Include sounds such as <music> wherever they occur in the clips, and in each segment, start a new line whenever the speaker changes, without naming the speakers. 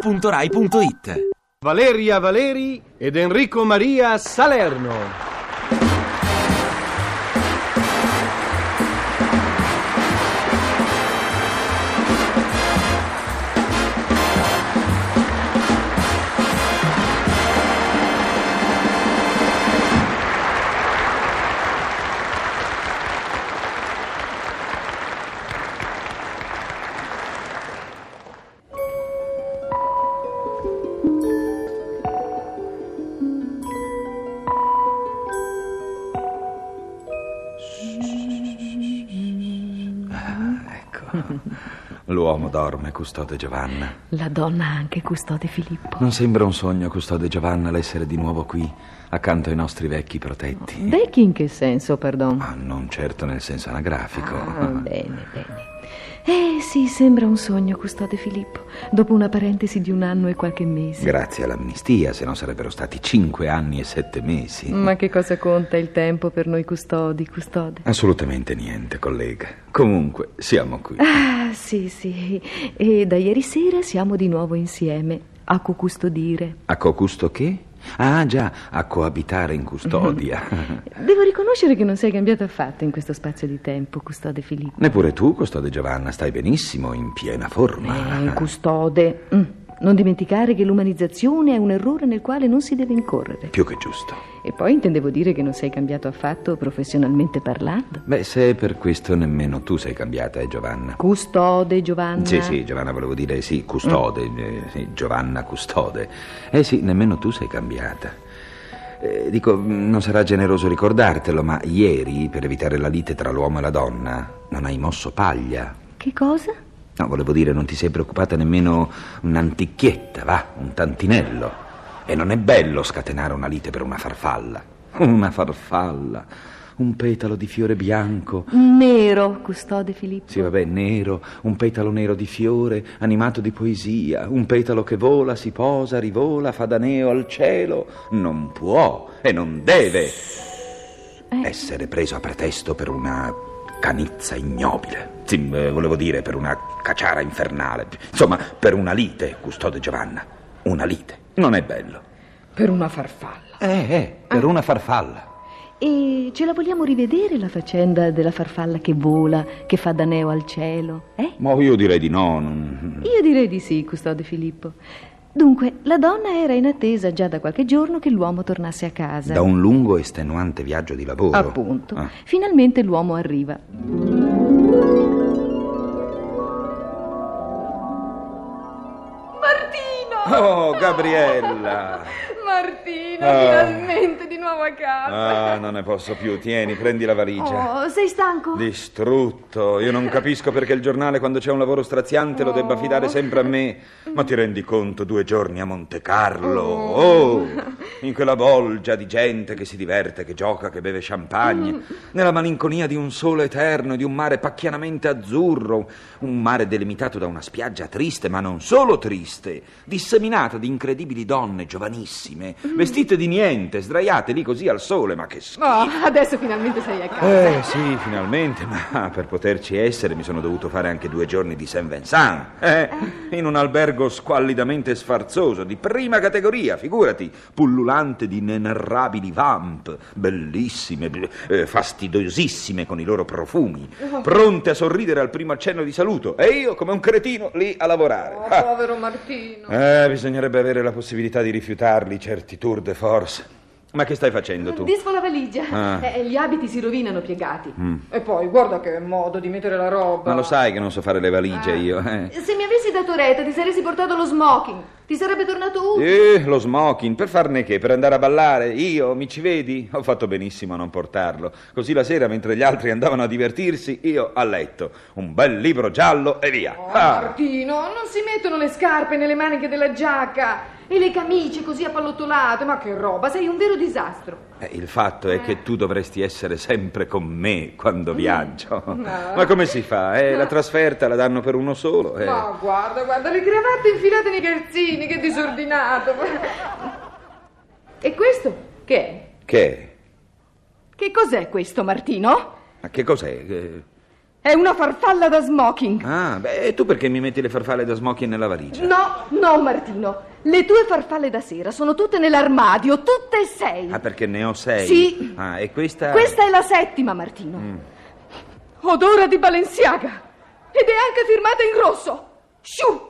radio2pod.rai.it
Valeria Valeri ed Enrico Maria Salerno.
L'uomo dorme, custode Giovanna.
La donna anche, custode Filippo.
Non sembra un sogno, custode Giovanna, l'essere di nuovo qui, accanto ai nostri vecchi protetti.
Vecchi Mm. in che senso, perdon?
Ma non certo nel senso anagrafico.
Ah, bene, bene. Eh sì, sembra un sogno, custode Filippo, dopo una parentesi di un anno e qualche mese.
Grazie all'amnistia, se no sarebbero stati cinque anni e sette mesi.
Ma che cosa conta il tempo per noi custodi, custode?
Assolutamente niente, collega. Comunque, siamo qui.
Ah, sì, sì. E da ieri sera siamo di nuovo insieme a custodire.
A cocusto che? Ah, già, a coabitare in
<laughs>
custodia.
Devo riconoscere che non sei cambiato affatto in questo spazio di tempo, custode Filippo.
Neppure tu, custode Giovanna, stai benissimo, in piena forma.
Eh, custode. Mm. Non dimenticare che l'umanizzazione è un errore nel quale non si deve incorrere.
Più che giusto.
E poi intendevo dire che non sei cambiato affatto professionalmente parlando.
Beh, se è per questo nemmeno tu sei cambiata, eh, Giovanna.
Custode, Giovanna.
Sì, sì, Giovanna, volevo dire sì, custode, eh, sì, Giovanna custode. Eh sì, nemmeno tu sei cambiata. Eh, dico, non sarà generoso ricordartelo, ma ieri, per evitare la lite tra l'uomo e la donna, non hai mosso paglia.
Che cosa?
No, volevo dire, non ti sei preoccupata nemmeno un'antichietta, va, un tantinello. E non è bello scatenare una lite per una farfalla. <laughs> Una farfalla, un petalo di fiore bianco.
Nero, custode Filippo.
Sì, vabbè, nero, un petalo nero di fiore, animato di poesia, un petalo che vola, si posa, rivola, fa daneo al cielo. Non può e non deve essere preso a pretesto per una canizza ignobile. Sì, eh, volevo dire per una caciara infernale. Insomma, per una lite, custode Giovanna. Una lite. Non è bello.
Per una farfalla.
Eh, eh, per una farfalla.
E ce la vogliamo rivedere la faccenda della farfalla che vola, che fa daneo al cielo, eh?
Ma io direi di no. non-
Io direi di sì, custode Filippo. Dunque, la donna era in attesa già da qualche giorno che l'uomo tornasse a casa.
Da un lungo e estenuante viaggio di lavoro.
Appunto.
Ah,
Finalmente l'uomo arriva.
Martino!
Oh, Gabriella!
Martino,
Ah.
finalmente di nuovo a casa.
Ah, non ne posso più. Tieni, prendi la valigia.
Oh, sei stanco?
Distrutto. Io non capisco perché il giornale, quando c'è un lavoro straziante, lo debba affidare sempre a me. Ma ti rendi conto, due giorni a Monte Carlo? Oh, in quella bolgia di gente che si diverte, che gioca, che beve champagne, nella malinconia di un sole eterno e di un mare pacchianamente azzurro, un mare delimitato da una spiaggia triste, ma non solo triste, disseminata di incredibili donne giovanissime, vestite di niente, sdraiate lì così al sole, ma che schifo.
Oh, adesso finalmente sei ecco. a casa.
Eh sì, finalmente, ma per poterci essere mi sono dovuto fare anche due giorni di Saint Vincent, eh, in un albergo squallidamente sfarzoso, di prima categoria, figurati, pullulante di inenarrabili vamp, bellissime, bl- eh, fastidiosissime con i loro profumi,
Oh.
pronte a sorridere al primo accenno di saluto, e io come un cretino lì a lavorare.
Oh,
Ah.
povero Martino.
Eh, bisognerebbe avere la possibilità di rifiutarli certi tour de force. Ma che stai facendo Ecco tu?
Disfo la valigia.
Ah. Mm.
Eh, gli abiti si rovinano piegati. E poi, guarda che modo di mettere la roba.
Ma lo sai che non so fare le
Ah.
valigie io, eh.
Se mi avessi dato retta, ti saresti portato lo smoking. Ti sarebbe tornato utile.
Eh, lo smoking, per farne che? Per andare a ballare? Io, mi ci vedi? Ho fatto benissimo a non portarlo. Così la sera, mentre gli altri andavano a divertirsi, io a letto. Un bel libro giallo e via.
Oh,
Ah,
Martino, non si mettono le scarpe nelle maniche della giacca e le camicie così appallottolate. Ma che roba, sei un vero disastro.
eh, il fatto è che tu dovresti essere sempre con me
Mm.
quando viaggio. Ma come si fa? Eh, la trasferta la danno per uno solo. eh.
Ma guarda, guarda, le cravatte infilate nei calzini, che
<laughs>
disordinato. E questo che è?
Che?
Che cos'è questo, Martino?
Ma che cos'è? Eh,
È una farfalla da smoking.
Ah, certo. beh, e tu perché mi metti le farfalle da smoking nella valigia?
No, no, Martino. Le tue farfalle da sera sono tutte nell'armadio, tutte e sei.
Ah, perché ne ho sei?
Sì.
Ah, e questa... Mm.
Questa è la settima, Martino. Odora di Balenciaga. Ed è anche firmata in rosso. Sciù.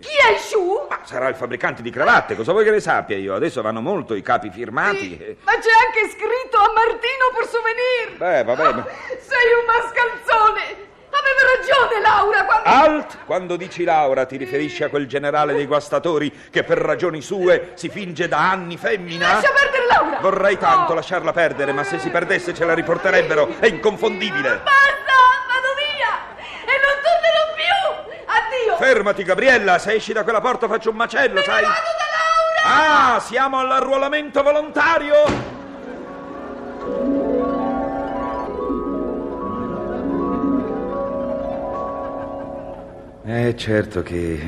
Chi è il sciù?
Ma sarà il fabbricante di cravatte, cosa vuoi che ne sappia io? Adesso vanno molto i capi firmati. eh.
Ma c'è anche scritto a Martino per souvenir. Ah,
Beh, vabbè, ma-
Sei un mascalzone. Aveva ragione Laura quando...
Alt, quando dici Laura, ti riferisci a quel generale dei guastatori che per ragioni sue si finge da anni femmina?
Lascia perdere Laura.
ah. Vorrei tanto
No.
lasciarla perdere, ma se si perdesse ce la riporterebbero. È inconfondibile.
Basta, vado via. E non tornerò più. Addio.
Fermati, Gabriella, se esci da quella porta faccio un macello, sai? Ah, siamo all'arruolamento volontario! Eh, certo che.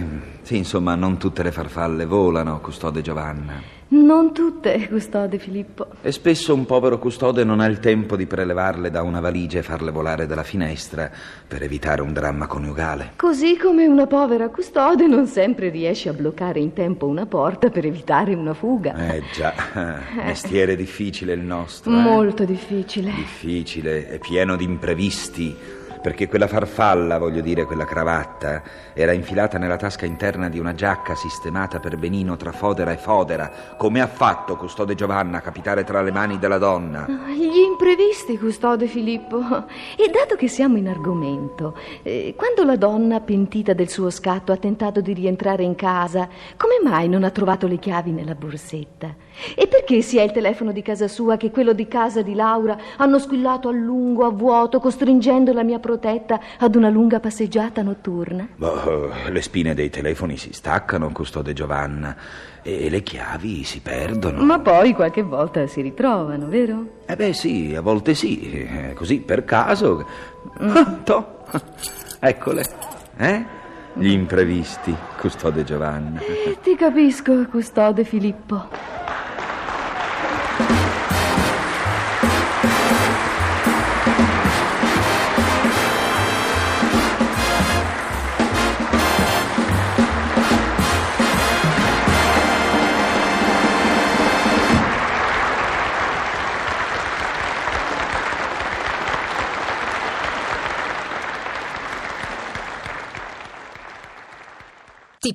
Sì, insomma, non tutte le farfalle volano, custode Giovanna.
Non tutte, custode Filippo.
E spesso un povero custode non ha il tempo di prelevarle da una valigia e farle volare dalla finestra per evitare un dramma coniugale.
Così come una povera custode non sempre riesce a bloccare in tempo una porta per evitare una fuga.
Eh già, <laughs> mestiere difficile il nostro. eh.
Molto difficile.
Difficile e pieno di imprevisti. Perché quella farfalla, voglio dire, quella cravatta, era infilata nella tasca interna di una giacca sistemata per benino tra fodera e fodera, come ha fatto custode Giovanna a capitare tra le mani della donna.
Gli imprevisti, custode Filippo. E dato che siamo in argomento, eh, quando la donna, pentita del suo scatto, ha tentato di rientrare in casa, come mai non ha trovato le chiavi nella borsetta? E perché sia il telefono di casa sua che quello di casa di Laura hanno squillato a lungo, a vuoto, costringendo la mia protetta ad una lunga passeggiata notturna?
Boh, le spine dei telefoni si staccano, custode Giovanna, e le chiavi si perdono.
Ma poi qualche volta si ritrovano, vero?
Eh beh sì, a volte sì, eh, così per caso. Ah, toh, Eccole, eh? Gli imprevisti, custode Giovanna.
Eh, Ti capisco, custode Filippo.
Ti